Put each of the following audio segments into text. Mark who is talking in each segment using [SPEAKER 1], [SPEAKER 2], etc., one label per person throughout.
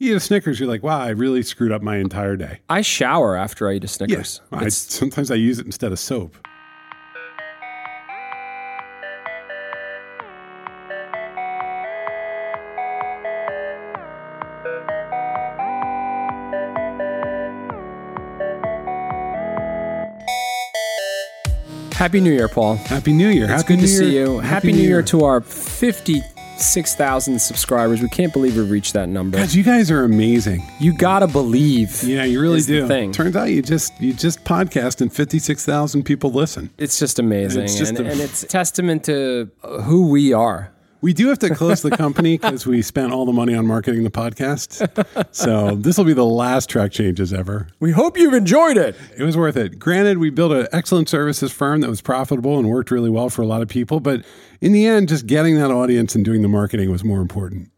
[SPEAKER 1] eat a Snickers, you're like, wow, I really screwed up my entire day.
[SPEAKER 2] I shower after I eat a Snickers.
[SPEAKER 1] Yes. I,
[SPEAKER 2] It's-
[SPEAKER 1] sometimes I use it instead of soap.
[SPEAKER 2] Happy New Year, Paul.
[SPEAKER 1] Happy New Year.
[SPEAKER 2] It's
[SPEAKER 1] Happy
[SPEAKER 2] good
[SPEAKER 1] New
[SPEAKER 2] to
[SPEAKER 1] Year.
[SPEAKER 2] see you. Happy, New Year, to our 56,000 subscribers. We can't believe we've reached that number.
[SPEAKER 1] God, you guys are amazing.
[SPEAKER 2] You gotta believe.
[SPEAKER 1] Yeah, you really
[SPEAKER 2] It's the
[SPEAKER 1] do.
[SPEAKER 2] thing.
[SPEAKER 1] Turns out you just you just podcast and fifty six thousand people listen.
[SPEAKER 2] It's just amazing.
[SPEAKER 1] It's just
[SPEAKER 2] and,
[SPEAKER 1] a-
[SPEAKER 2] and it's testament to who we are.
[SPEAKER 1] We do have to close the company because we spent all the money on marketing the podcast. So this will be the last track changes ever.
[SPEAKER 2] We hope you've enjoyed it.
[SPEAKER 1] It was worth it. Granted, we built an excellent services firm that was profitable and worked really well for a lot of people, but in the end, just getting that audience and doing the marketing was more important.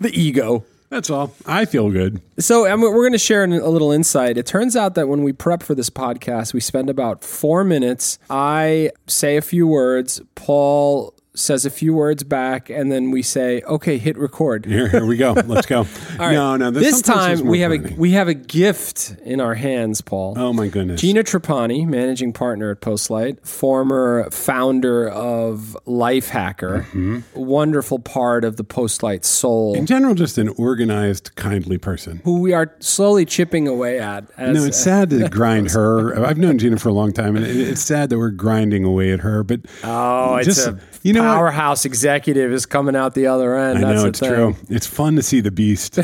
[SPEAKER 2] The ego.
[SPEAKER 1] That's all. I feel good.
[SPEAKER 2] So I mean, we're going to share an- a little insight. It turns out that when we prep for this podcast, we spend about four minutes. I say a few words. Paul says a few words back, and then we say, "Okay, hit record."
[SPEAKER 1] Here, here we go. Let's go. No, no.
[SPEAKER 2] This
[SPEAKER 1] sometimes
[SPEAKER 2] time
[SPEAKER 1] there's more
[SPEAKER 2] we have a
[SPEAKER 1] planning.
[SPEAKER 2] we have a gift in our hands, Paul.
[SPEAKER 1] Oh my goodness.
[SPEAKER 2] Gina Trapani, managing partner at Postlight, former founder of Lifehacker,
[SPEAKER 1] Mm-hmm.
[SPEAKER 2] wonderful part of the Postlight soul,
[SPEAKER 1] in general, just an organized, kindly person.
[SPEAKER 2] who we are slowly chipping away at. As,
[SPEAKER 1] No, it's sad to grind her. I've known Gina for a long time, and it- it's sad that we're grinding away at her. But
[SPEAKER 2] oh, it's
[SPEAKER 1] just-
[SPEAKER 2] a
[SPEAKER 1] you know what?
[SPEAKER 2] powerhouse executive is coming out the other end.
[SPEAKER 1] I
[SPEAKER 2] That's
[SPEAKER 1] know
[SPEAKER 2] the
[SPEAKER 1] it's
[SPEAKER 2] thing.
[SPEAKER 1] true. It's fun to see the beast.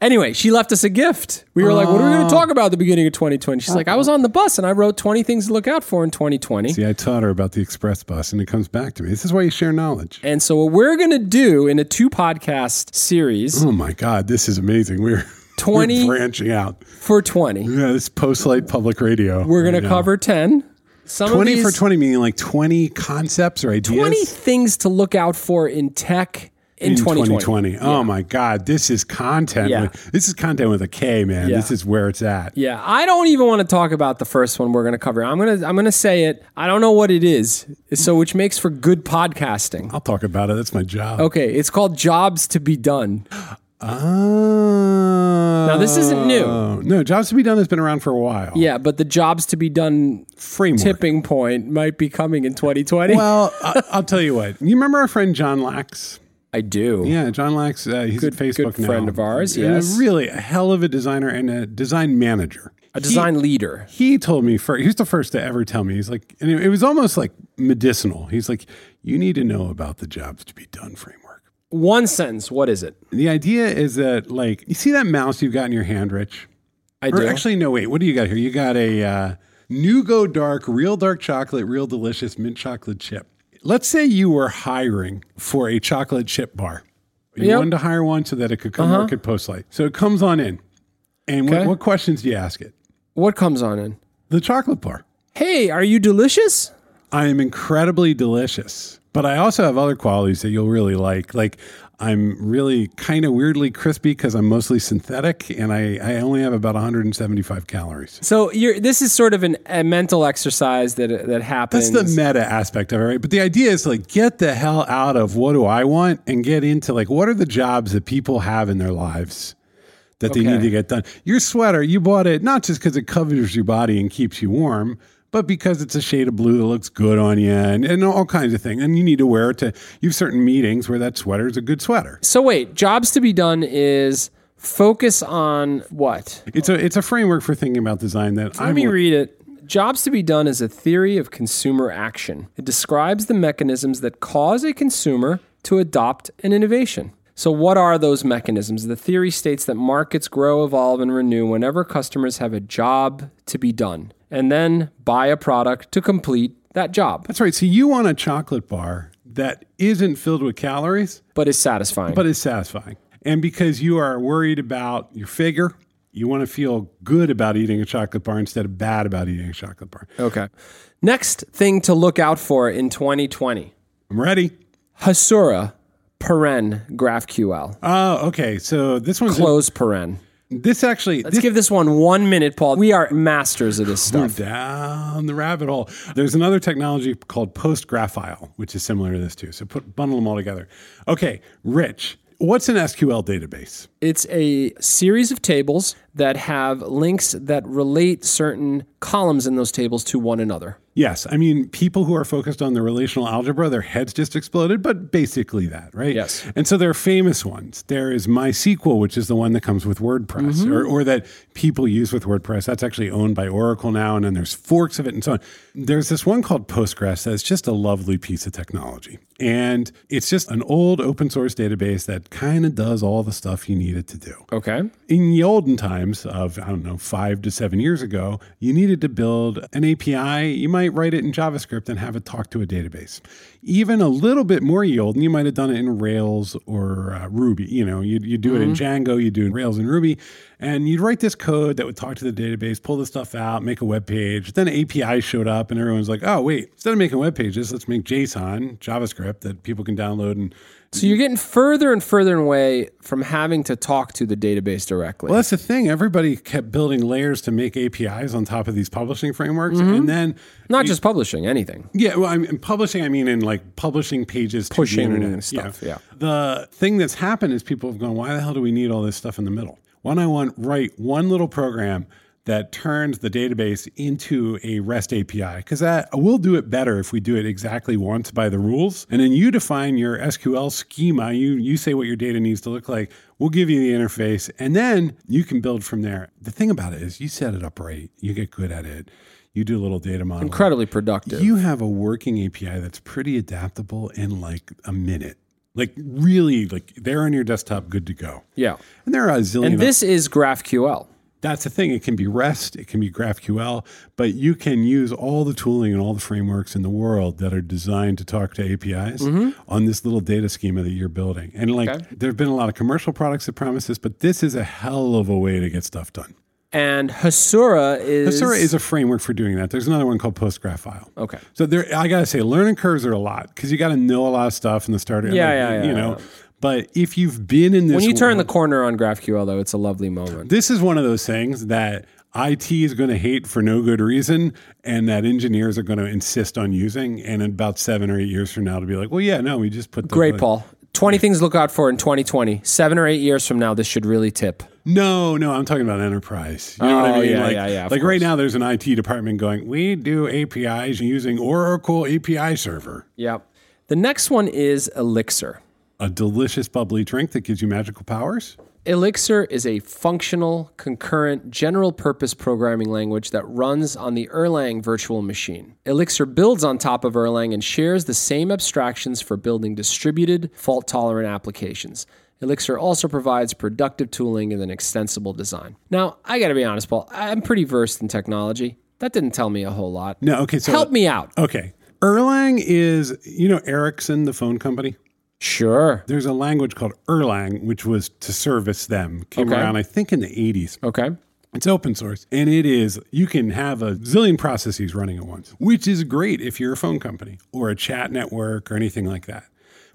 [SPEAKER 2] Anyway, she left us a gift. We were like, "What are we going
[SPEAKER 1] Oh.
[SPEAKER 2] to talk about at the beginning of 2020?" She's like, "I was on the bus and I wrote 20 things to look out for in 2020."
[SPEAKER 1] see, I taught her about the express bus, and it comes back to me. This is why you share knowledge.
[SPEAKER 2] And so, what we're going to do in a two podcast series,
[SPEAKER 1] Oh my God, this is amazing. We're we're
[SPEAKER 2] 20
[SPEAKER 1] branching out.
[SPEAKER 2] for 20,
[SPEAKER 1] Yeah, this post light public radio.
[SPEAKER 2] we're going
[SPEAKER 1] right
[SPEAKER 2] to
[SPEAKER 1] now.
[SPEAKER 2] cover 10. Some of
[SPEAKER 1] 20
[SPEAKER 2] these,
[SPEAKER 1] for 20, meaning like 20 concepts or ideas
[SPEAKER 2] 20 things to look out for in tech in,
[SPEAKER 1] in
[SPEAKER 2] 2020.
[SPEAKER 1] 2020. Oh my God, this is content.
[SPEAKER 2] Yeah.
[SPEAKER 1] with- this is content with a K, man.
[SPEAKER 2] Yeah.
[SPEAKER 1] This is where it's at.
[SPEAKER 2] Yeah, I don't even want to talk about the first one we're going to cover. I'm going to I'm going to say it. I don't know what it is. So which makes for good podcasting.
[SPEAKER 1] I'll talk about it. That's my job.
[SPEAKER 2] Okay, it's called jobs to be done.
[SPEAKER 1] Oh.
[SPEAKER 2] Now, this isn't new.
[SPEAKER 1] No, Jobs to Be Done has been around for a while.
[SPEAKER 2] Yeah, but the jobs to be done
[SPEAKER 1] Framework.
[SPEAKER 2] tipping point might be coming in 2020.
[SPEAKER 1] Well, I, I'll tell you what. You remember our friend John Lax?
[SPEAKER 2] I do.
[SPEAKER 1] Yeah, John Lax. Uh, he's
[SPEAKER 2] Good-
[SPEAKER 1] a Facebook
[SPEAKER 2] good friend
[SPEAKER 1] now.
[SPEAKER 2] of ours,
[SPEAKER 1] And a
[SPEAKER 2] yes.
[SPEAKER 1] really a hell of a designer and a design manager.
[SPEAKER 2] A design leader.
[SPEAKER 1] He told me first. He was the first to ever tell me. He's like, and it, it was almost like medicinal. He's like, you need to know about the Jobs to Be Done framework.
[SPEAKER 2] One sentence. What is it?
[SPEAKER 1] The idea is that, like, you see that mouse you've got in your hand, Rich.
[SPEAKER 2] I
[SPEAKER 1] Or
[SPEAKER 2] do.
[SPEAKER 1] actually, no, wait. What do you got here? You got a uh, Nugo Dark, real dark chocolate, real delicious mint chocolate chip. Let's say you were hiring for a chocolate chip bar. You
[SPEAKER 2] Yep.
[SPEAKER 1] wanted to hire one so that it could come work at Postlight. So it comes on in. And what,
[SPEAKER 2] Uh-huh. Okay.
[SPEAKER 1] what questions do you ask it?
[SPEAKER 2] what comes on in?
[SPEAKER 1] The chocolate bar.
[SPEAKER 2] Hey, are you delicious?
[SPEAKER 1] I am incredibly delicious, but I also have other qualities that you'll really like. Like, I'm really kind of weirdly crispy because I'm mostly synthetic and I, I only have about 175 calories.
[SPEAKER 2] So you're, this is sort of an, a mental exercise that that happens.
[SPEAKER 1] That's the meta aspect of it, right? But the idea is like get the hell out of what do I want and get into like what are the jobs that people have in their lives that they
[SPEAKER 2] Okay.
[SPEAKER 1] need to get done. Your sweater, you bought it not just because it covers your body and keeps you warm, but because it's a shade of blue that looks good on you and, and all kinds of things. And you need to wear it to you have certain meetings where that sweater is a good sweater.
[SPEAKER 2] so wait, jobs to be done is focus on what?
[SPEAKER 1] It's a it's a framework for thinking about design that
[SPEAKER 2] Let
[SPEAKER 1] I'm
[SPEAKER 2] me read it. Jobs to be done is a theory of consumer action. It describes the mechanisms that cause a consumer to adopt an innovation. So, what are those mechanisms? The theory states that markets grow, evolve, and renew whenever customers have a job to be done and then buy a product to complete that job,
[SPEAKER 1] That's right. So you want a chocolate bar that isn't filled with calories.
[SPEAKER 2] but is satisfying.
[SPEAKER 1] but it's satisfying. And because you are worried about your figure, you want to feel good about eating a chocolate bar instead of bad about eating a chocolate bar.
[SPEAKER 2] okay. Next thing to look out for in 2020
[SPEAKER 1] I'm ready.
[SPEAKER 2] Hasura, paren, GraphQL,
[SPEAKER 1] Oh, okay. So this one's
[SPEAKER 2] close paren.
[SPEAKER 1] this actually
[SPEAKER 2] Let's give this one one minute, Paul. We are masters of this
[SPEAKER 1] we're
[SPEAKER 2] stuff.
[SPEAKER 1] down the rabbit hole. There's another technology called PostGraphile, which is similar to this too. So put bundle them all together. Okay, Rich, What's an SQL database?
[SPEAKER 2] It's a series of tables that have links that relate certain columns in those tables to one another.
[SPEAKER 1] Yes, I mean people who are focused on the relational algebra, their heads just exploded, but basically that, right?
[SPEAKER 2] Yes.
[SPEAKER 1] And so there are famous ones. There is MySQL, which is the one that comes with WordPress, or, or that people use with WordPress. That's actually owned by Oracle now, and then there's forks of it and so on. There's this one called Postgres that's just a lovely piece of technology, and it's just an old open source database that kind of does all the stuff you need it to do
[SPEAKER 2] Okay.
[SPEAKER 1] in the olden times of i don't know five to seven years ago you needed to build an api you might write it in javascript and have it talk to a database even a little bit more ye olden you might have done it in rails or uh, ruby you know you you do it in django you do it in rails and ruby and you'd write this code that would talk to the database pull the stuff out make a web page then api showed up and everyone's like oh wait instead of making web pages let's make json javascript that people can download and
[SPEAKER 2] So you're getting further and further away from having to talk to the database directly.
[SPEAKER 1] Well, that's the thing. Everybody kept building layers to make APIs on top of these publishing frameworks, and then
[SPEAKER 2] Not just publishing, anything.
[SPEAKER 1] yeah, well, I'm in publishing. I mean, in like publishing pages,
[SPEAKER 2] Pushing
[SPEAKER 1] to the internet
[SPEAKER 2] stuff, yeah.
[SPEAKER 1] The thing that's happened is people have gone, "Why the hell do we need all this stuff in the middle? Why don't I want write one little program?" That turns the database into a REST API because that will do it better if we do it exactly once by the rules. And then you define your SQL schema. You you say what your data needs to look like. We'll give you the interface, and then you can build from there. The thing about it is, you set it up right. You get good at it. You do a little data modeling.
[SPEAKER 2] Incredibly productive.
[SPEAKER 1] You have a working API that's pretty adaptable in like a minute. Like really, like they're on your desktop, good to go.
[SPEAKER 2] yeah.
[SPEAKER 1] And there are a zillion.
[SPEAKER 2] And this is GraphQL.
[SPEAKER 1] that's the thing. It can be REST, it can be GraphQL, but you can use all the tooling and all the frameworks in the world that are designed to talk to APIs on this little data schema that you're building. And like,
[SPEAKER 2] Mm-hmm. Okay.
[SPEAKER 1] there have been a lot of commercial products that promise this, but this is a hell of a way to get stuff done.
[SPEAKER 2] And Hasura is
[SPEAKER 1] Hasura is a framework for doing that. There's another one called PostgreSQL.
[SPEAKER 2] Okay.
[SPEAKER 1] So there, I gotta say, learning curves are a lot because you gotta know a lot of stuff in the starter.
[SPEAKER 2] Yeah, yeah,
[SPEAKER 1] you
[SPEAKER 2] yeah,
[SPEAKER 1] know. But if you've been in this,
[SPEAKER 2] When you turn
[SPEAKER 1] world-
[SPEAKER 2] the corner on GraphQL though, it's a lovely moment.
[SPEAKER 1] this is one of those things that IT is going to hate for no good reason, and that engineers are going to insist on using. And in about seven or eight years from now, to be like, well, yeah, no, we just put the
[SPEAKER 2] Great, Paul. 20 things to look out for in 2020. Seven or eight years from now, this should really tip.
[SPEAKER 1] No, no, I'm talking about enterprise. You know what I
[SPEAKER 2] Oh,
[SPEAKER 1] mean?
[SPEAKER 2] yeah,
[SPEAKER 1] like
[SPEAKER 2] yeah, yeah, of
[SPEAKER 1] like right
[SPEAKER 2] course.
[SPEAKER 1] now, there's an IT department going, we do APIs using Oracle API Server.
[SPEAKER 2] Yep. The next one is Elixir.
[SPEAKER 1] a delicious bubbly drink that gives you magical powers.
[SPEAKER 2] Elixir is a functional, concurrent, general purpose programming language that runs on the Erlang virtual machine. Elixir builds on top of Erlang and shares the same abstractions for building distributed, fault tolerant applications. Elixir also provides productive tooling and an extensible design. Now, I gotta be honest, Paul, I'm pretty versed in technology. That didn't tell me a whole lot.
[SPEAKER 1] No, okay, so
[SPEAKER 2] Help me out.
[SPEAKER 1] Okay, Erlang is you know Ericsson, the phone company.
[SPEAKER 2] Sure.
[SPEAKER 1] There's a language called Erlang, which was to service them. Came
[SPEAKER 2] Okay.
[SPEAKER 1] around, I think, in the 80s.
[SPEAKER 2] Okay.
[SPEAKER 1] It's open source, and it is you can have a zillion processes running at once, which is great if you're a phone company or a chat network or anything like that.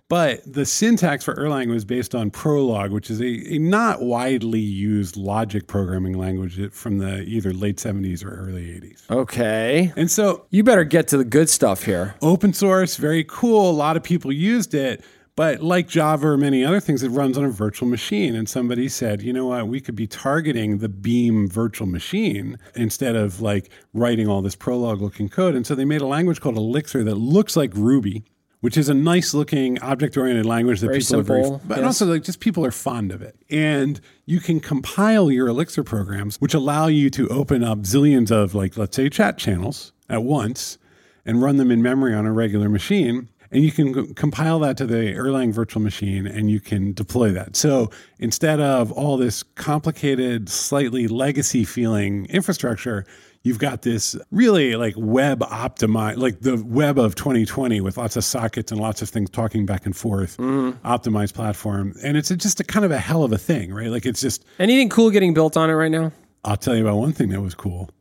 [SPEAKER 1] But the syntax for Erlang was based on Prolog, which is a, a not widely used logic programming language from the either late 70s or early 80s.
[SPEAKER 2] Okay.
[SPEAKER 1] And so
[SPEAKER 2] You better get to the good stuff here.
[SPEAKER 1] open source, very cool. A lot of people used it. But like Java or many other things, it runs on a virtual machine. And somebody said, you know what, we could be targeting the Beam virtual machine instead of like writing all this prologue looking code. And so they made a language called Elixir that looks like Ruby, which is a nice looking object oriented language that people are very,
[SPEAKER 2] simple,
[SPEAKER 1] but also like just people are fond of it. And you can compile your Elixir programs, which allow you to open up zillions of like, let's say chat channels at once and run them in memory on a regular machine. And you can c- compile that to the Erlang virtual machine and you can deploy that. So instead of all this complicated, slightly legacy feeling infrastructure, you've got this really like web optimized, like the web of 2020 with lots of sockets and lots of things talking back and forth,
[SPEAKER 2] Mm-hmm.
[SPEAKER 1] optimized platform. And it's a- just a kind of a hell of a thing, right? Like it's just,
[SPEAKER 2] Anything cool getting built on it right now?
[SPEAKER 1] I'll tell you about one thing that was cool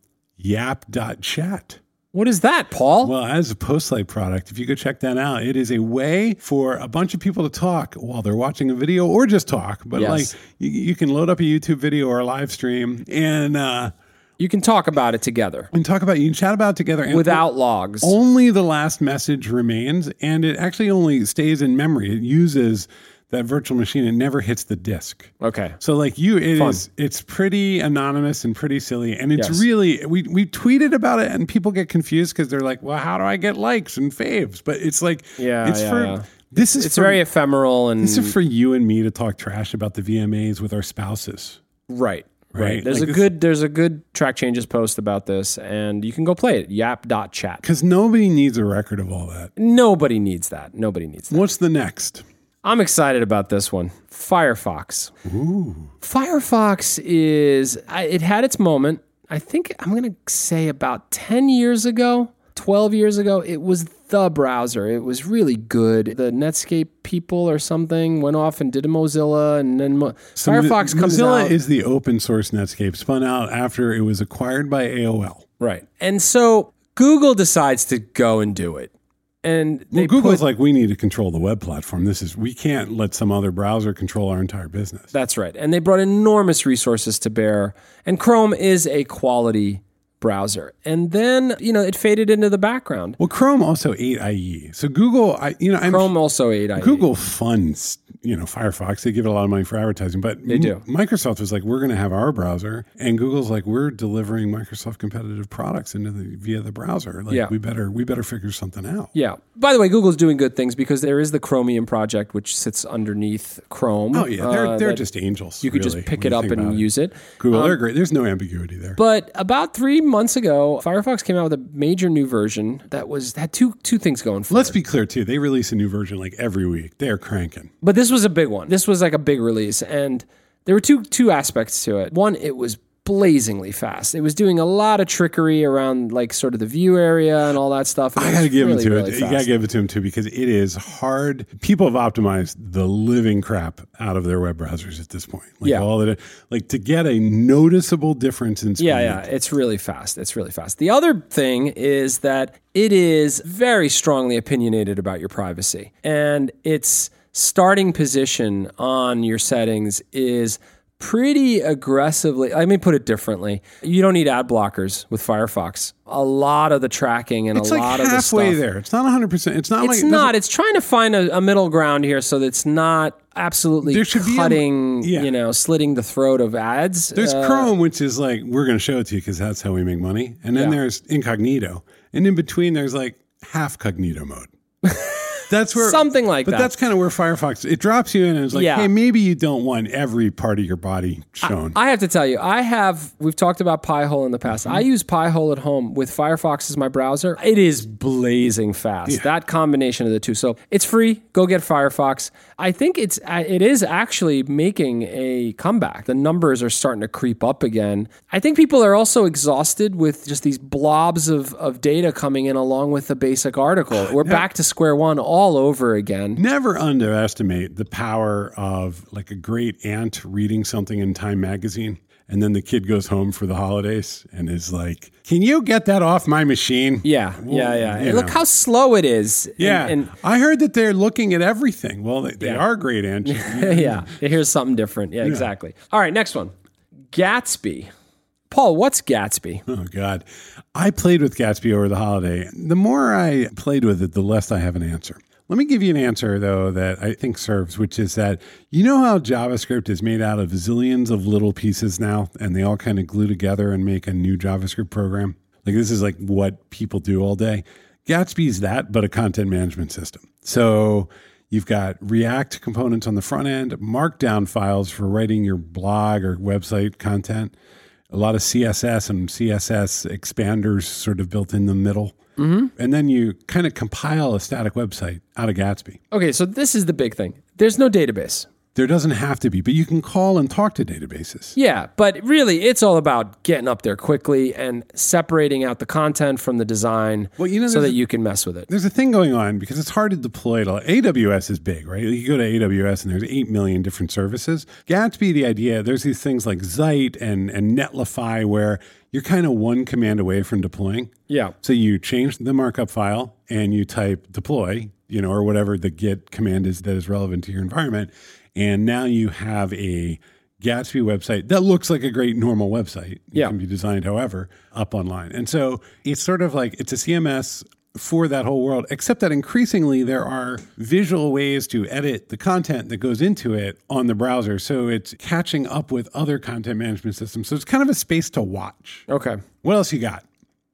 [SPEAKER 1] yap.chat.
[SPEAKER 2] What is that, Paul?
[SPEAKER 1] Well, as a Postlight product, if you go check that out, it is a way for a bunch of people to talk while they're watching a video or just talk. But
[SPEAKER 2] Yes.
[SPEAKER 1] like, you, you can load up a YouTube video or a live stream and uh,
[SPEAKER 2] you can talk about it together
[SPEAKER 1] and talk about you can chat about it together. And
[SPEAKER 2] without logs.
[SPEAKER 1] only the last message remains, and it actually only stays in memory. It uses that virtual machine, it never hits the disk.
[SPEAKER 2] Okay.
[SPEAKER 1] So like you, it
[SPEAKER 2] Fun.
[SPEAKER 1] is- It's pretty anonymous and pretty silly, and it's
[SPEAKER 2] Yes.
[SPEAKER 1] really we we tweeted about it, and people get confused because they're like, "Well, how do I get likes and faves?" But it's like,
[SPEAKER 2] Yeah,
[SPEAKER 1] it's
[SPEAKER 2] yeah,
[SPEAKER 1] for
[SPEAKER 2] yeah.
[SPEAKER 1] this is
[SPEAKER 2] It's
[SPEAKER 1] for,
[SPEAKER 2] very ephemeral and
[SPEAKER 1] this is for you and me to talk trash about the VMAs with our spouses.
[SPEAKER 2] right.
[SPEAKER 1] Right,
[SPEAKER 2] Right. There's
[SPEAKER 1] like
[SPEAKER 2] a
[SPEAKER 1] this-
[SPEAKER 2] good there's a good track changes post about this and you can go play it. Yap.chat.
[SPEAKER 1] Because nobody needs a record of all that.
[SPEAKER 2] Nobody needs that. Nobody needs that.
[SPEAKER 1] What's the next?
[SPEAKER 2] I'm excited about this one. Firefox. Firefox is I- it had its moment. I think I'm going to say about 10 years ago, 12 years ago, it was the browser. It was really good. The Netscape people or something went off and did a Mozilla and then Mo-
[SPEAKER 1] So
[SPEAKER 2] Firefox
[SPEAKER 1] Mo-
[SPEAKER 2] comes
[SPEAKER 1] Mozilla
[SPEAKER 2] out.
[SPEAKER 1] is the open source Netscape spun out after it was acquired by AOL.
[SPEAKER 2] right. And so Google decides to go and do it. And they
[SPEAKER 1] Well, Google's
[SPEAKER 2] put
[SPEAKER 1] like, we need to control the web platform. This is we can't let some other browser control our entire business.
[SPEAKER 2] That's right. And they brought enormous resources to bear. And Chrome is a quality browser. And then, you know, it faded into the background.
[SPEAKER 1] Well, Chrome also ate IE. So Google, I you know, I'm,
[SPEAKER 2] Chrome also ate E. IE.
[SPEAKER 1] Google funds you know Firefox. They give it a lot of money for advertising, but they
[SPEAKER 2] do.
[SPEAKER 1] Microsoft was like, we're going to have our browser, and Google's like, we're delivering Microsoft competitive products into the via the browser. Like,
[SPEAKER 2] Yeah.
[SPEAKER 1] we better we better figure something out.
[SPEAKER 2] Yeah. By the way, Google's doing good things because there is the Chromium project, which sits underneath Chrome.
[SPEAKER 1] Oh yeah, they're
[SPEAKER 2] uh,
[SPEAKER 1] they're
[SPEAKER 2] that
[SPEAKER 1] just angels.
[SPEAKER 2] you could just pick it up and use it.
[SPEAKER 1] Google.
[SPEAKER 2] Um,
[SPEAKER 1] they're great. There's no ambiguity there.
[SPEAKER 2] But about three months ago, Firefox came out with a major new version that was had two two things going for it.
[SPEAKER 1] Let's be clear too. They release a new version like every week. They are cranking.
[SPEAKER 2] but this was a big one. This was like a big release, and there were two two aspects to it. One, it was blazingly fast. It was doing a lot of trickery around like sort of the view area and all that stuff. and
[SPEAKER 1] I
[SPEAKER 2] it
[SPEAKER 1] gotta
[SPEAKER 2] was
[SPEAKER 1] give
[SPEAKER 2] really,
[SPEAKER 1] it to
[SPEAKER 2] really
[SPEAKER 1] it. You gotta
[SPEAKER 2] fast.
[SPEAKER 1] give it to him too because it is hard. People have optimized the living crap out of their web browsers at this point. Like
[SPEAKER 2] Yeah.
[SPEAKER 1] all that, like to get a noticeable difference in speed.
[SPEAKER 2] Yeah, yeah, it's really fast. It's really fast. The other thing is that it is very strongly opinionated about your privacy, and its starting position on your settings is pretty aggressively. Let me put it differently: you don't need ad blockers with Firefox. A lot of the tracking and
[SPEAKER 1] It's
[SPEAKER 2] a
[SPEAKER 1] like
[SPEAKER 2] lot of the stuff.
[SPEAKER 1] halfway there. It's not 100. percent It's not like
[SPEAKER 2] It's
[SPEAKER 1] it doesn't-
[SPEAKER 2] not. It's trying to find a, a middle ground here, so that it's not absolutely
[SPEAKER 1] There should be a-
[SPEAKER 2] cutting,
[SPEAKER 1] yeah.
[SPEAKER 2] you know, slitting the throat of ads.
[SPEAKER 1] There's
[SPEAKER 2] Uh,
[SPEAKER 1] Chrome, which is like we're gonna show it to you because that's how we make money. And then
[SPEAKER 2] Yeah.
[SPEAKER 1] there's Incognito, and in between there's like half Cognito mode. That's where
[SPEAKER 2] uh, Something like
[SPEAKER 1] but
[SPEAKER 2] that.
[SPEAKER 1] that's kind of where Firefox it drops you in and it's like,
[SPEAKER 2] Yeah.
[SPEAKER 1] hey, maybe you don't want every part of your body shown.
[SPEAKER 2] I have to tell you, I have. We've talked about Pi-hole in the past.
[SPEAKER 1] Mm-hmm.
[SPEAKER 2] I use Pi-hole at home with Firefox as my browser. It is blazing fast. That combination of the two. So it's free. Go get Firefox. I think it's uh, it is actually making a comeback. The numbers are starting to creep up again. I think people are also exhausted with just these blobs of of data coming in along with the basic article. We're back to square one all over again.
[SPEAKER 1] Never underestimate the power of like a great aunt reading something in Time magazine. And then the kid goes home for the holidays and is like, Can you get that off my machine?
[SPEAKER 2] Yeah, yeah,
[SPEAKER 1] Well,
[SPEAKER 2] yeah.
[SPEAKER 1] you
[SPEAKER 2] And Look
[SPEAKER 1] know.
[SPEAKER 2] how slow it is. And-
[SPEAKER 1] Yeah.
[SPEAKER 2] and
[SPEAKER 1] I heard that they're looking at everything. Well, they, they are great aunts.
[SPEAKER 2] yeah, here's something different. Yeah, exactly. All right, next one. Gatsby. Paul, what's Gatsby?
[SPEAKER 1] oh, God. I played with Gatsby over the holiday. The more I played with it, the less I have an answer. Let me give you an answer, though, that I think serves, which is that you know how JavaScript is made out of zillions of little pieces now, and they all kind of glue together and make a new JavaScript program? Like, this is like what people do all day. Gatsby's that, but a content management system. So you've got React components on the front end, Markdown files for writing your blog or website content, a lot of CSS and CSS expanders sort of built in the middle. And then you kind of compile a static website out of Gatsby.
[SPEAKER 2] Okay, so this is the big thing. There's no database.
[SPEAKER 1] There doesn't have to be, but you can call and talk to databases.
[SPEAKER 2] Yeah, but really it's all about getting up there quickly and separating out the content from the design
[SPEAKER 1] Well, you know,
[SPEAKER 2] so
[SPEAKER 1] there's
[SPEAKER 2] that you can mess with it.
[SPEAKER 1] there's a thing going on because it's hard to deploy. To, AWS is big, right? You go to AWS and there's 8 million different services. Gatsby, the idea, there's these things like Zeit and, and Netlify where you're kind of one command away from deploying.
[SPEAKER 2] Yeah.
[SPEAKER 1] So you change the markup file and you type deploy, you know, or whatever the git command is that is relevant to your environment. And now you have a Gatsby website that looks like a great normal website. It
[SPEAKER 2] Yeah.
[SPEAKER 1] can be designed however up online. And so it's sort of like it's a CMS for that whole world, except that increasingly there are visual ways to edit the content that goes into it on the browser. So it's catching up with other content management systems. So it's kind of a space to watch.
[SPEAKER 2] Okay.
[SPEAKER 1] What else you got?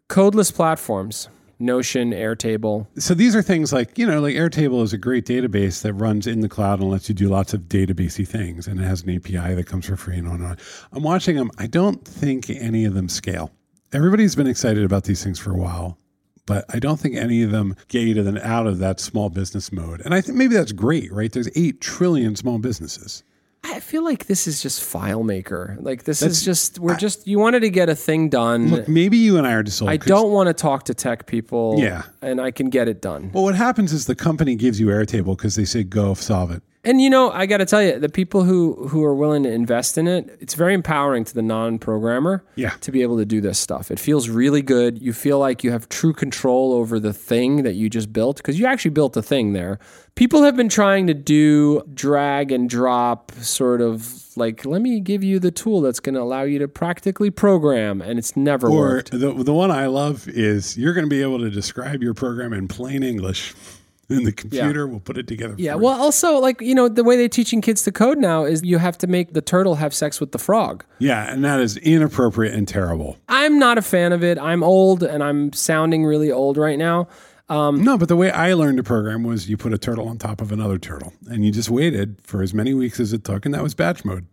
[SPEAKER 2] Codeless platforms, Notion, Airtable.
[SPEAKER 1] So these are things like, you know, like Airtable is a great database that runs in the cloud and lets you do lots of databasey things and it has an API that comes for free and on and on. I'm watching them. I don't think any of them scale. Everybody's been excited about these things for a while, but I don't think any of them get you to the, out of that small business mode. And I think maybe that's great, right? There's 8 trillion small businesses.
[SPEAKER 2] I feel like this is just FileMaker. Like this is just we're just you wanted to get a thing done.
[SPEAKER 1] Look, maybe you and I are just old
[SPEAKER 2] I
[SPEAKER 1] 'cause-
[SPEAKER 2] don't want to talk to tech people.
[SPEAKER 1] Yeah.
[SPEAKER 2] And I can get it done.
[SPEAKER 1] Well, what happens is the company gives you Airtable because they say go solve it.
[SPEAKER 2] And you know, I got to tell you, the people who who are willing to invest in it, it's very empowering to the non-programmer
[SPEAKER 1] Yeah.
[SPEAKER 2] to be able to do this stuff. It feels really good. You feel like you have true control over the thing that you just built because you actually built a thing there. People have been trying to do drag and drop sort of like let me give you the tool that's going to allow you to practically program and it's never
[SPEAKER 1] Or
[SPEAKER 2] worked.
[SPEAKER 1] the, the one I love is you're going to be able to describe your program in plain English, and the computer will put it together.
[SPEAKER 2] Yeah. Well, also like, you know, the way they're teaching kids to code now is you have to make the turtle have sex with the frog.
[SPEAKER 1] yeah, and that is inappropriate and terrible.
[SPEAKER 2] I'm not a fan of it. I'm old and I'm sounding really old right now. Um,
[SPEAKER 1] no, but the way I learned to program was you put a turtle on top of another turtle, and you just waited for as many weeks as it took, and that was batch mode.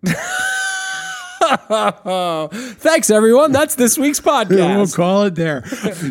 [SPEAKER 2] Oh, Thanks, everyone. That's this week's
[SPEAKER 1] we'll
[SPEAKER 2] podcast.
[SPEAKER 1] call it there.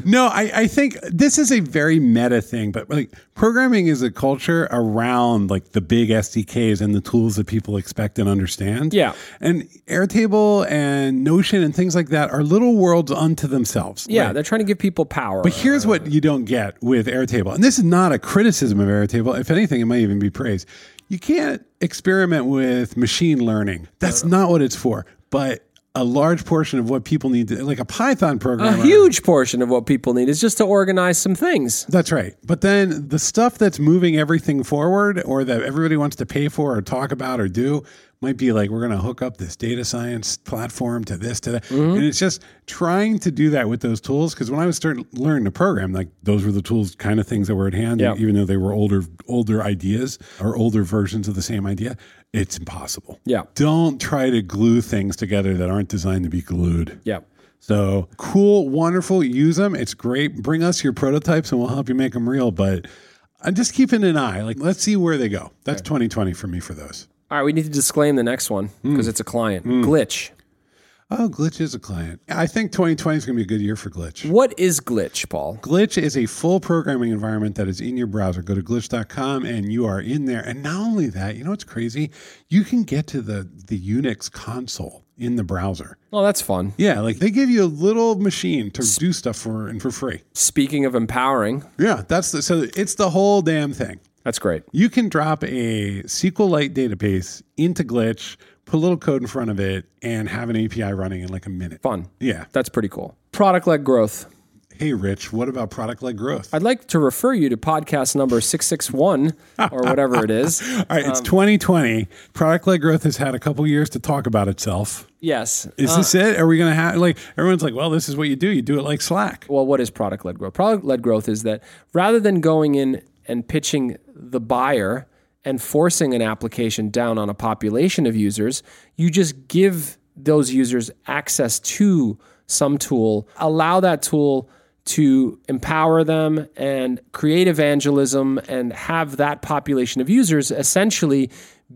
[SPEAKER 1] no, I, I think this is a very meta thing, but like programming is a culture around like the big SDKs and the tools that people expect and understand.
[SPEAKER 2] Yeah.
[SPEAKER 1] And Airtable and Notion and things like that are little worlds unto themselves.
[SPEAKER 2] Yeah, they're trying to give people power.
[SPEAKER 1] But here's what you don't get with Airtable. And this is not a criticism of Airtable. If anything, it might even be praise. You can't experiment with machine learning. That's not what it's for. But a large portion of what people need to, like a Python
[SPEAKER 2] a
[SPEAKER 1] programmer.
[SPEAKER 2] huge portion of what people need is just to organize some things.
[SPEAKER 1] That's right. But then the stuff that's moving everything forward or that everybody wants to pay for or talk about or do might be like, we're going to hook up this data science platform to this, to that. And it's just trying to do that with those tools. Cause when I was starting learning to program, like those were the tools kind of things that were at hand,
[SPEAKER 2] Yeah.
[SPEAKER 1] even though they were older, older ideas or older versions of the same idea. It's impossible.
[SPEAKER 2] Yeah.
[SPEAKER 1] Don't try to glue things together that aren't designed to be glued.
[SPEAKER 2] Yeah.
[SPEAKER 1] So cool, wonderful. Use them. It's great. Bring us your prototypes and we'll help you make them real. But I'm just keeping an eye. Like, let's see where they go. That's 2020 for me for those.
[SPEAKER 2] All right, we need to disclaim the next one because it's a client. Glitch.
[SPEAKER 1] Oh, Glitch is a client. I think 2020 is going to be a good year for Glitch.
[SPEAKER 2] What is glitch, Paul?
[SPEAKER 1] Glitch is a full programming environment that is in your browser. Go to glitch.com and you are in there. And not only that, you know what's crazy? You can get to the, the Unix console in the browser.
[SPEAKER 2] Oh, that's fun.
[SPEAKER 1] Yeah, like they give you a little machine to do stuff for and for free.
[SPEAKER 2] Speaking of empowering,
[SPEAKER 1] Yeah, that's the, so it's the whole damn thing.
[SPEAKER 2] that's great.
[SPEAKER 1] You can drop a SQLite database into Glitch, put a little code in front of it, and have an API running in like a minute.
[SPEAKER 2] Fun.
[SPEAKER 1] Yeah.
[SPEAKER 2] That's pretty cool. Product led growth.
[SPEAKER 1] Hey, Rich, what about product led growth?
[SPEAKER 2] I'd like to refer you to podcast number 661 or whatever it is.
[SPEAKER 1] All right, it's 2020. Product led growth has had a couple years to talk about itself.
[SPEAKER 2] Yes.
[SPEAKER 1] Is this it? Are we going to have, like, everyone's like, well, this is what you do. You do it like Slack.
[SPEAKER 2] well, what is product led growth? Product led growth is that rather than going in and pitching the buyer and forcing an application down on a population of users, you just give those users access to some tool, allow that tool to empower them and create evangelism and have that population of users essentially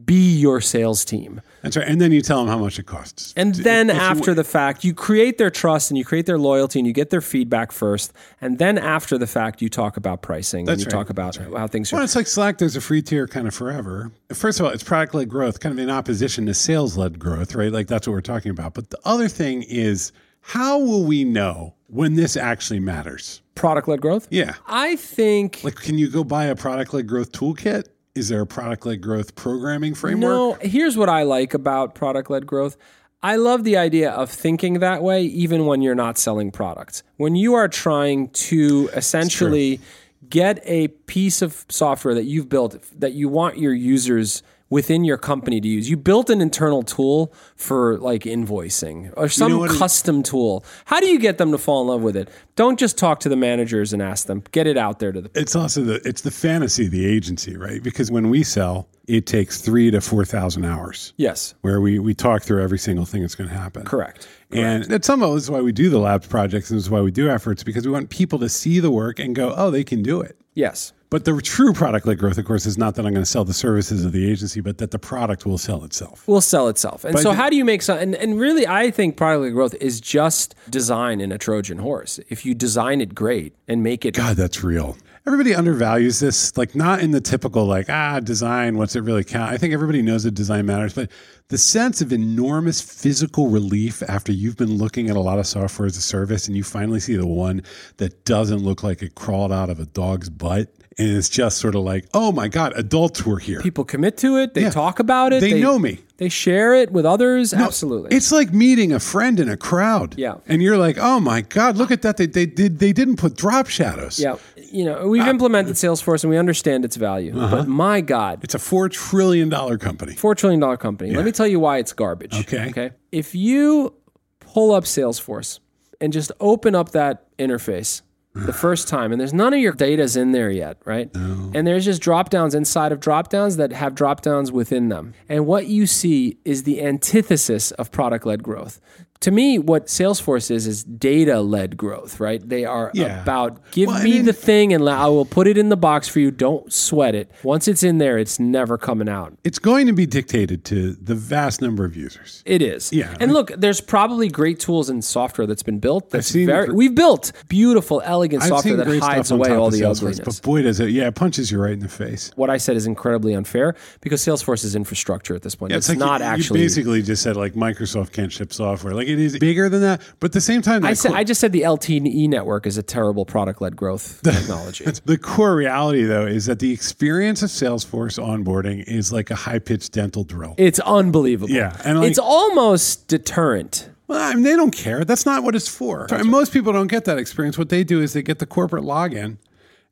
[SPEAKER 2] be your sales team.
[SPEAKER 1] That's right. And then you tell them how much it costs.
[SPEAKER 2] And then after the fact, you create their trust and you create their loyalty and you get their feedback first. And then after the fact, you talk about pricing and you
[SPEAKER 1] right.
[SPEAKER 2] talk about how things
[SPEAKER 1] Well,
[SPEAKER 2] are.
[SPEAKER 1] it's like Slack. There's a free tier kind of forever. First of all, it's product led growth, kind of in opposition to sales led growth, right? Like that's what we're talking about. But the other thing is, how will we know when this actually matters?
[SPEAKER 2] Product led growth?
[SPEAKER 1] Yeah.
[SPEAKER 2] I think.
[SPEAKER 1] Like, can you go buy a product led growth toolkit? Is there a product led growth programming framework?
[SPEAKER 2] No, here's what I like about product led growth. I love the idea of thinking that way, even when you're not selling products. When you are trying to essentially get a piece of software that you've built that you want your users within your company to use. You built an internal tool for like invoicing or some
[SPEAKER 1] what it-
[SPEAKER 2] custom tool. How do you get them to fall in love with it? Don't just talk to the managers and ask them. Get it out there to the
[SPEAKER 1] It's also the it's the fantasy of the agency, right? Because when we sell, it takes three to four thousand hours
[SPEAKER 2] Yes.
[SPEAKER 1] where we we talk through every single thing that's going to happen.
[SPEAKER 2] Correct.
[SPEAKER 1] And that's some of is why we do the labs projects and this is why we do efforts because we want people to see the work and go, oh, they can do it.
[SPEAKER 2] Yes.
[SPEAKER 1] But the true product led growth, of course, is not that I'm going to sell the services of the agency, but that the product will sell itself.
[SPEAKER 2] will sell itself. And so, how do you make some? And, and really, I think product growth is just design in a Trojan horse. If you design it great and make it,
[SPEAKER 1] God, that's real. Everybody undervalues this, like not in the typical, like, ah, design, what's it really count? I think everybody knows that design matters, but the sense of enormous physical relief after you've been looking at a lot of software as a service and you finally see the one that doesn't look like it crawled out of a dog's butt. And it's just sort of like, oh my God, adults were here.
[SPEAKER 2] people commit to it, they talk about it,
[SPEAKER 1] They know me.
[SPEAKER 2] they share it with others. Absolutely.
[SPEAKER 1] It's like meeting a friend in a crowd.
[SPEAKER 2] Yeah.
[SPEAKER 1] And you're like, oh my God, look at that. They, they did they didn't put drop shadows.
[SPEAKER 2] yeah, you know, we've
[SPEAKER 1] Uh,
[SPEAKER 2] implemented Salesforce and we understand its value.
[SPEAKER 1] Uh-huh.
[SPEAKER 2] But my God,
[SPEAKER 1] It's a four trillion dollar company.
[SPEAKER 2] four trillion dollar company. Let me tell you why it's garbage.
[SPEAKER 1] Okay.
[SPEAKER 2] Okay. If you pull up Salesforce and just open up that interface the first time, and there's none of your data's in there yet, right? And there's just drop downs inside of drop downs that have drop downs within them. And what you see is the antithesis of product led growth. To me, what Salesforce is is data led growth, right? They are
[SPEAKER 1] Yeah.
[SPEAKER 2] about give
[SPEAKER 1] Well, I
[SPEAKER 2] me
[SPEAKER 1] mean-
[SPEAKER 2] the thing and I will put it in the box for you. Don't sweat it. Once it's in there, it's never coming out.
[SPEAKER 1] It's going to be dictated to the vast number of users.
[SPEAKER 2] It is.
[SPEAKER 1] Yeah.
[SPEAKER 2] And look, there's probably great tools and software that's been built. That's
[SPEAKER 1] seen
[SPEAKER 2] very
[SPEAKER 1] gr-
[SPEAKER 2] we've built beautiful, elegant software that hides away all the
[SPEAKER 1] Salesforce,
[SPEAKER 2] ugliness.
[SPEAKER 1] but boy does it. Yeah, it punches you right in the face.
[SPEAKER 2] What I said is incredibly unfair because Salesforce is infrastructure at this point. it's
[SPEAKER 1] like
[SPEAKER 2] not
[SPEAKER 1] you,
[SPEAKER 2] actually.
[SPEAKER 1] You basically just said like Microsoft can't ship software. Like it is bigger than that, but at the same time,
[SPEAKER 2] I
[SPEAKER 1] that
[SPEAKER 2] said
[SPEAKER 1] cor-
[SPEAKER 2] I just said the LTE network is a terrible product-led growth technology.
[SPEAKER 1] the core reality though is that the experience of Salesforce onboarding is like a high pitched dental drill.
[SPEAKER 2] It's unbelievable.
[SPEAKER 1] Yeah, and like-
[SPEAKER 2] it's almost deterrent.
[SPEAKER 1] Well, I mean, they don't care. That's not what it's for. and most people don't get that experience. What they do is they get the corporate login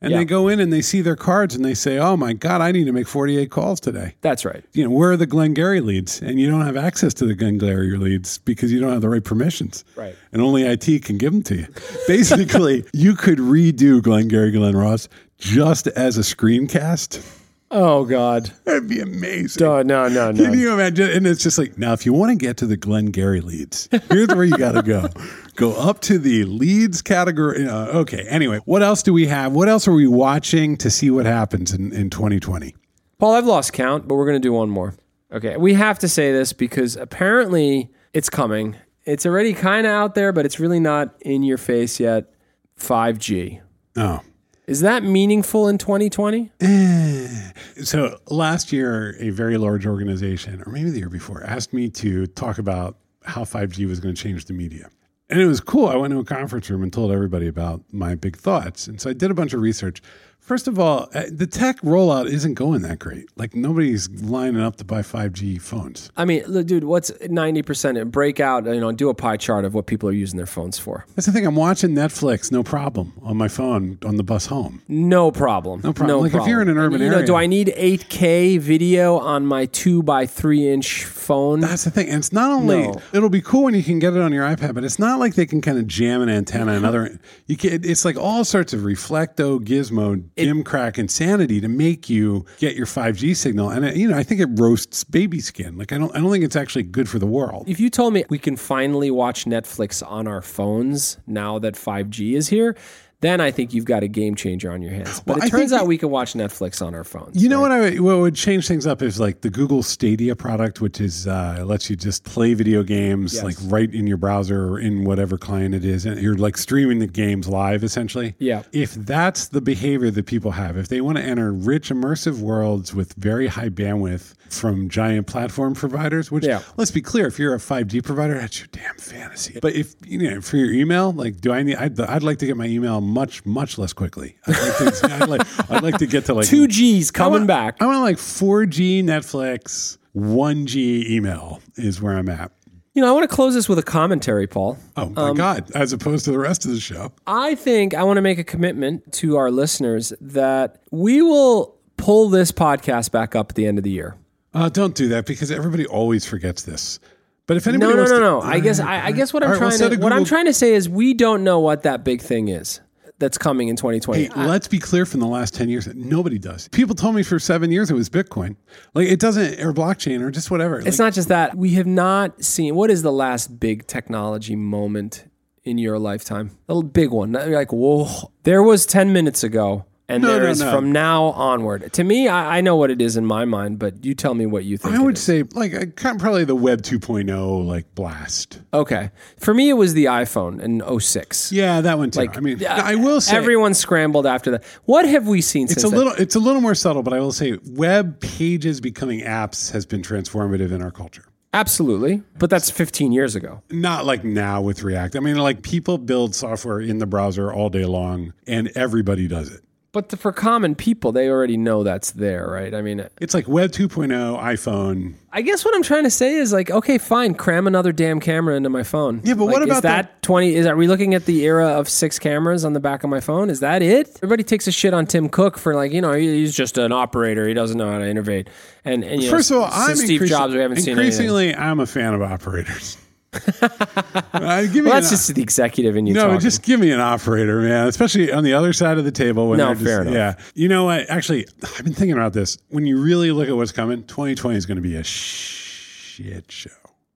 [SPEAKER 1] and
[SPEAKER 2] Yeah.
[SPEAKER 1] they go in and they see their cards and they say, oh my God, I need to make 48 calls today.
[SPEAKER 2] That's right.
[SPEAKER 1] You know, where are the Glengarry leads? And you don't have access to the Glengarry leads because you don't have the right permissions.
[SPEAKER 2] Right.
[SPEAKER 1] And only IT can give them to you. Basically, you could redo Glengarry Glen Ross just as a screencast.
[SPEAKER 2] Oh God.
[SPEAKER 1] That'd be amazing.
[SPEAKER 2] No, no, no, no.
[SPEAKER 1] Can you imagine? And it's just like, now, if you want to get to the Glen Gary leads, here's where you got to go. Go up to the leads category. Uh, okay. Anyway, what else do we have? What else are we watching to see what happens in, in 2020?
[SPEAKER 2] Paul, I've lost count, but we're going to do one more. Okay. We have to say this because apparently it's coming. It's already kind of out there, but it's really not in your face yet. 5G.
[SPEAKER 1] Oh.
[SPEAKER 2] Is that meaningful in 2020?
[SPEAKER 1] So last year, a very large organization, or maybe the year before, asked me to talk about how 5G was going to change the media. And it was cool. I went to a conference room and told everybody about my big thoughts. And so I did a bunch of research. First of all, uh, the tech rollout isn't going that great. Like nobody's lining up to buy 5G phones.
[SPEAKER 2] I mean, look, dude, what's 90%? Break out, you know, do a pie chart of what people are using their phones for.
[SPEAKER 1] That's the thing. I'm watching Netflix, no problem, on my phone on the bus home.
[SPEAKER 2] No problem. No
[SPEAKER 1] problem. Like, if you're in an urban
[SPEAKER 2] you Know,
[SPEAKER 1] area-
[SPEAKER 2] do I need 8K video on my 2 by 3 inch phone?
[SPEAKER 1] That's the thing. And it's not only
[SPEAKER 2] No.
[SPEAKER 1] it'll be cool when you can get it on your iPad, but it's not like they can kind of jam an antenna and other you can it's like all sorts of reflecto gizmo dim crack insanity to make you get your 5G signal. And it, you know, I think it roasts baby skin. Like I don't I don't think it's actually good for the world.
[SPEAKER 2] If you told me we can finally watch Netflix on our phones now that 5G is here, then I think you've got a game changer on your hands. But
[SPEAKER 1] Well, I
[SPEAKER 2] it turns
[SPEAKER 1] think-
[SPEAKER 2] out we can watch Netflix on our phones.
[SPEAKER 1] You know what I would, what would change things up is like the Google Stadia product, which is uh, lets you just play video games like right in your browser or in whatever client it is, and you're like streaming the games live essentially.
[SPEAKER 2] Yeah.
[SPEAKER 1] If that's the behavior that people have, if they want to enter rich immersive worlds with very high bandwidth from giant platform providers, which
[SPEAKER 2] Yeah.
[SPEAKER 1] let's be clear, if you're a 5G provider, that's your damn fantasy. But if you know for your email, like do I need? I'd, I'd like to get my email much much less quickly. I'd like to, I'd like, I'd like to get to like
[SPEAKER 2] Two G's coming
[SPEAKER 1] want-
[SPEAKER 2] back.
[SPEAKER 1] I want like 4G Netflix, 1G email is where I'm at.
[SPEAKER 2] You know, I want to close this with a commentary, Paul.
[SPEAKER 1] Oh my
[SPEAKER 2] Um,
[SPEAKER 1] God, as opposed to the rest of the show.
[SPEAKER 2] I think I want to make a commitment to our listeners that we will pull this podcast back up at the end of the year.
[SPEAKER 1] Uh, don't do that because everybody always forgets this. But if anybody
[SPEAKER 2] No, no,
[SPEAKER 1] wants
[SPEAKER 2] no,
[SPEAKER 1] to-
[SPEAKER 2] no. I guess I, I guess what I'm
[SPEAKER 1] All right, well,
[SPEAKER 2] trying
[SPEAKER 1] set
[SPEAKER 2] to
[SPEAKER 1] a
[SPEAKER 2] what I'm
[SPEAKER 1] Google-
[SPEAKER 2] trying to say is we don't know what that big thing is that's coming in 2020.
[SPEAKER 1] Hey, let's be clear from the last 10 years, nobody does. People told me for seven years it was Bitcoin. Like it doesn't, or blockchain, or just whatever.
[SPEAKER 2] It's not just that. We have not seen what is the last big technology moment in your lifetime? The big one. You're like, whoa. There was 10 minutes ago, and
[SPEAKER 1] No,
[SPEAKER 2] there is
[SPEAKER 1] no, no.
[SPEAKER 2] from now onward. To me, I, I know what it is in my mind, but you tell me what you think.
[SPEAKER 1] I
[SPEAKER 2] it
[SPEAKER 1] would
[SPEAKER 2] is.
[SPEAKER 1] say like I kind of probably the web 2.0 like blast.
[SPEAKER 2] Okay. For me, it was the iPhone in 06.
[SPEAKER 1] Yeah, that one too. I mean, I will say
[SPEAKER 2] Everyone scrambled after that. What have we seen
[SPEAKER 1] it's
[SPEAKER 2] since
[SPEAKER 1] a
[SPEAKER 2] then?
[SPEAKER 1] little it's a little more subtle, but I will say web pages becoming apps has been transformative in our culture.
[SPEAKER 2] Absolutely. But that's 15 years ago.
[SPEAKER 1] Not like now with React. I mean, like people build software in the browser all day long and everybody does it.
[SPEAKER 2] But for common people, they already know that's there, right? I mean,
[SPEAKER 1] It's like web 2.0, iPhone,
[SPEAKER 2] I guess what I'm trying to say is like, okay, fine, cram another damn camera into my phone.
[SPEAKER 1] Yeah, but
[SPEAKER 2] Like,
[SPEAKER 1] what
[SPEAKER 2] is
[SPEAKER 1] about
[SPEAKER 2] that? Twenty? Is are we looking at the era of six cameras on the back of my phone? Is that it? Everybody takes a shit on Tim Cook for like, you know, he- he's just an operator. He doesn't know how to innovate. And, and you know,
[SPEAKER 1] First of all,
[SPEAKER 2] since
[SPEAKER 1] I'm
[SPEAKER 2] Steve
[SPEAKER 1] increasing-
[SPEAKER 2] Jobs. We haven't seen anything.
[SPEAKER 1] increasingly. I'm a fan of operators. Uh, give me
[SPEAKER 2] Well,
[SPEAKER 1] an-
[SPEAKER 2] that's just the executive in you.
[SPEAKER 1] no,
[SPEAKER 2] talking.
[SPEAKER 1] just give me an operator, man. Especially on the other side of the table. When
[SPEAKER 2] No,
[SPEAKER 1] they're just,
[SPEAKER 2] fair enough.
[SPEAKER 1] Yeah, you know what? Actually, I've been thinking about this. When you really look at what's coming, 2020 is going to be a shit show.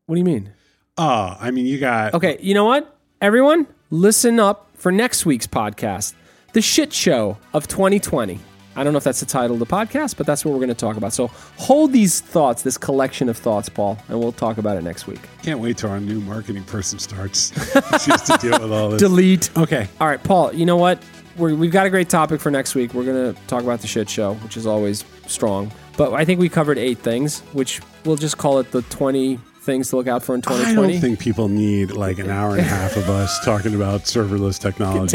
[SPEAKER 2] what do you mean?
[SPEAKER 1] Oh, I mean, you got
[SPEAKER 2] Okay, you know what? Everyone, listen up for next week's podcast, The Shit Show of 2020. I don't know if that's the title of the podcast, but that's what we're going to talk about. So hold these thoughts, this collection of thoughts, Paul, and we'll talk about it next week.
[SPEAKER 1] can't wait till our new marketing person starts. she has to deal with all this.
[SPEAKER 2] Delete.
[SPEAKER 1] Okay,
[SPEAKER 2] All right, Paul, you know what? We're, we've got a great topic for next week. We're going to talk about The Shit Show, which is always strong. But I think we covered eight things, which we'll just call it the 20 things to look out for in
[SPEAKER 1] I don't
[SPEAKER 2] 2020.
[SPEAKER 1] think people need like an hour and a half of us talking about serverless technology.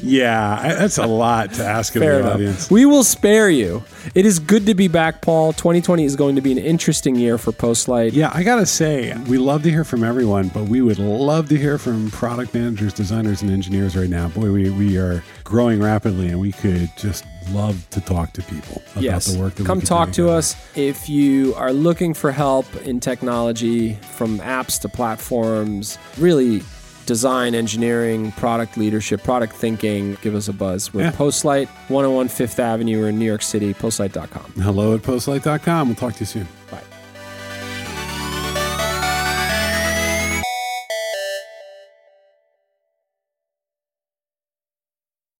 [SPEAKER 1] Yeah, I, that's a lot to ask of
[SPEAKER 2] Fair
[SPEAKER 1] the
[SPEAKER 2] enough.
[SPEAKER 1] audience.
[SPEAKER 2] We will spare you. It is good to be back, Paul. 2020 is going to be an interesting year for Postlight.
[SPEAKER 1] Yeah, I gotta say, we love to hear from everyone, but we would love to hear from product managers, designers, and engineers right now. Boy, we, we are growing rapidly, and we could just love to talk to people about
[SPEAKER 2] Yes.
[SPEAKER 1] the work. That we
[SPEAKER 2] Come
[SPEAKER 1] could do
[SPEAKER 2] talk to
[SPEAKER 1] together.
[SPEAKER 2] us if you are looking for help in technology from apps to platforms, really design, engineering, product leadership, product thinking. Give us a buzz. We're
[SPEAKER 1] Yeah.
[SPEAKER 2] oh Postlight, 101 Fifth Avenue. We're in New York City, postlight.com.
[SPEAKER 1] Hello at postlight.com. We'll talk to you soon.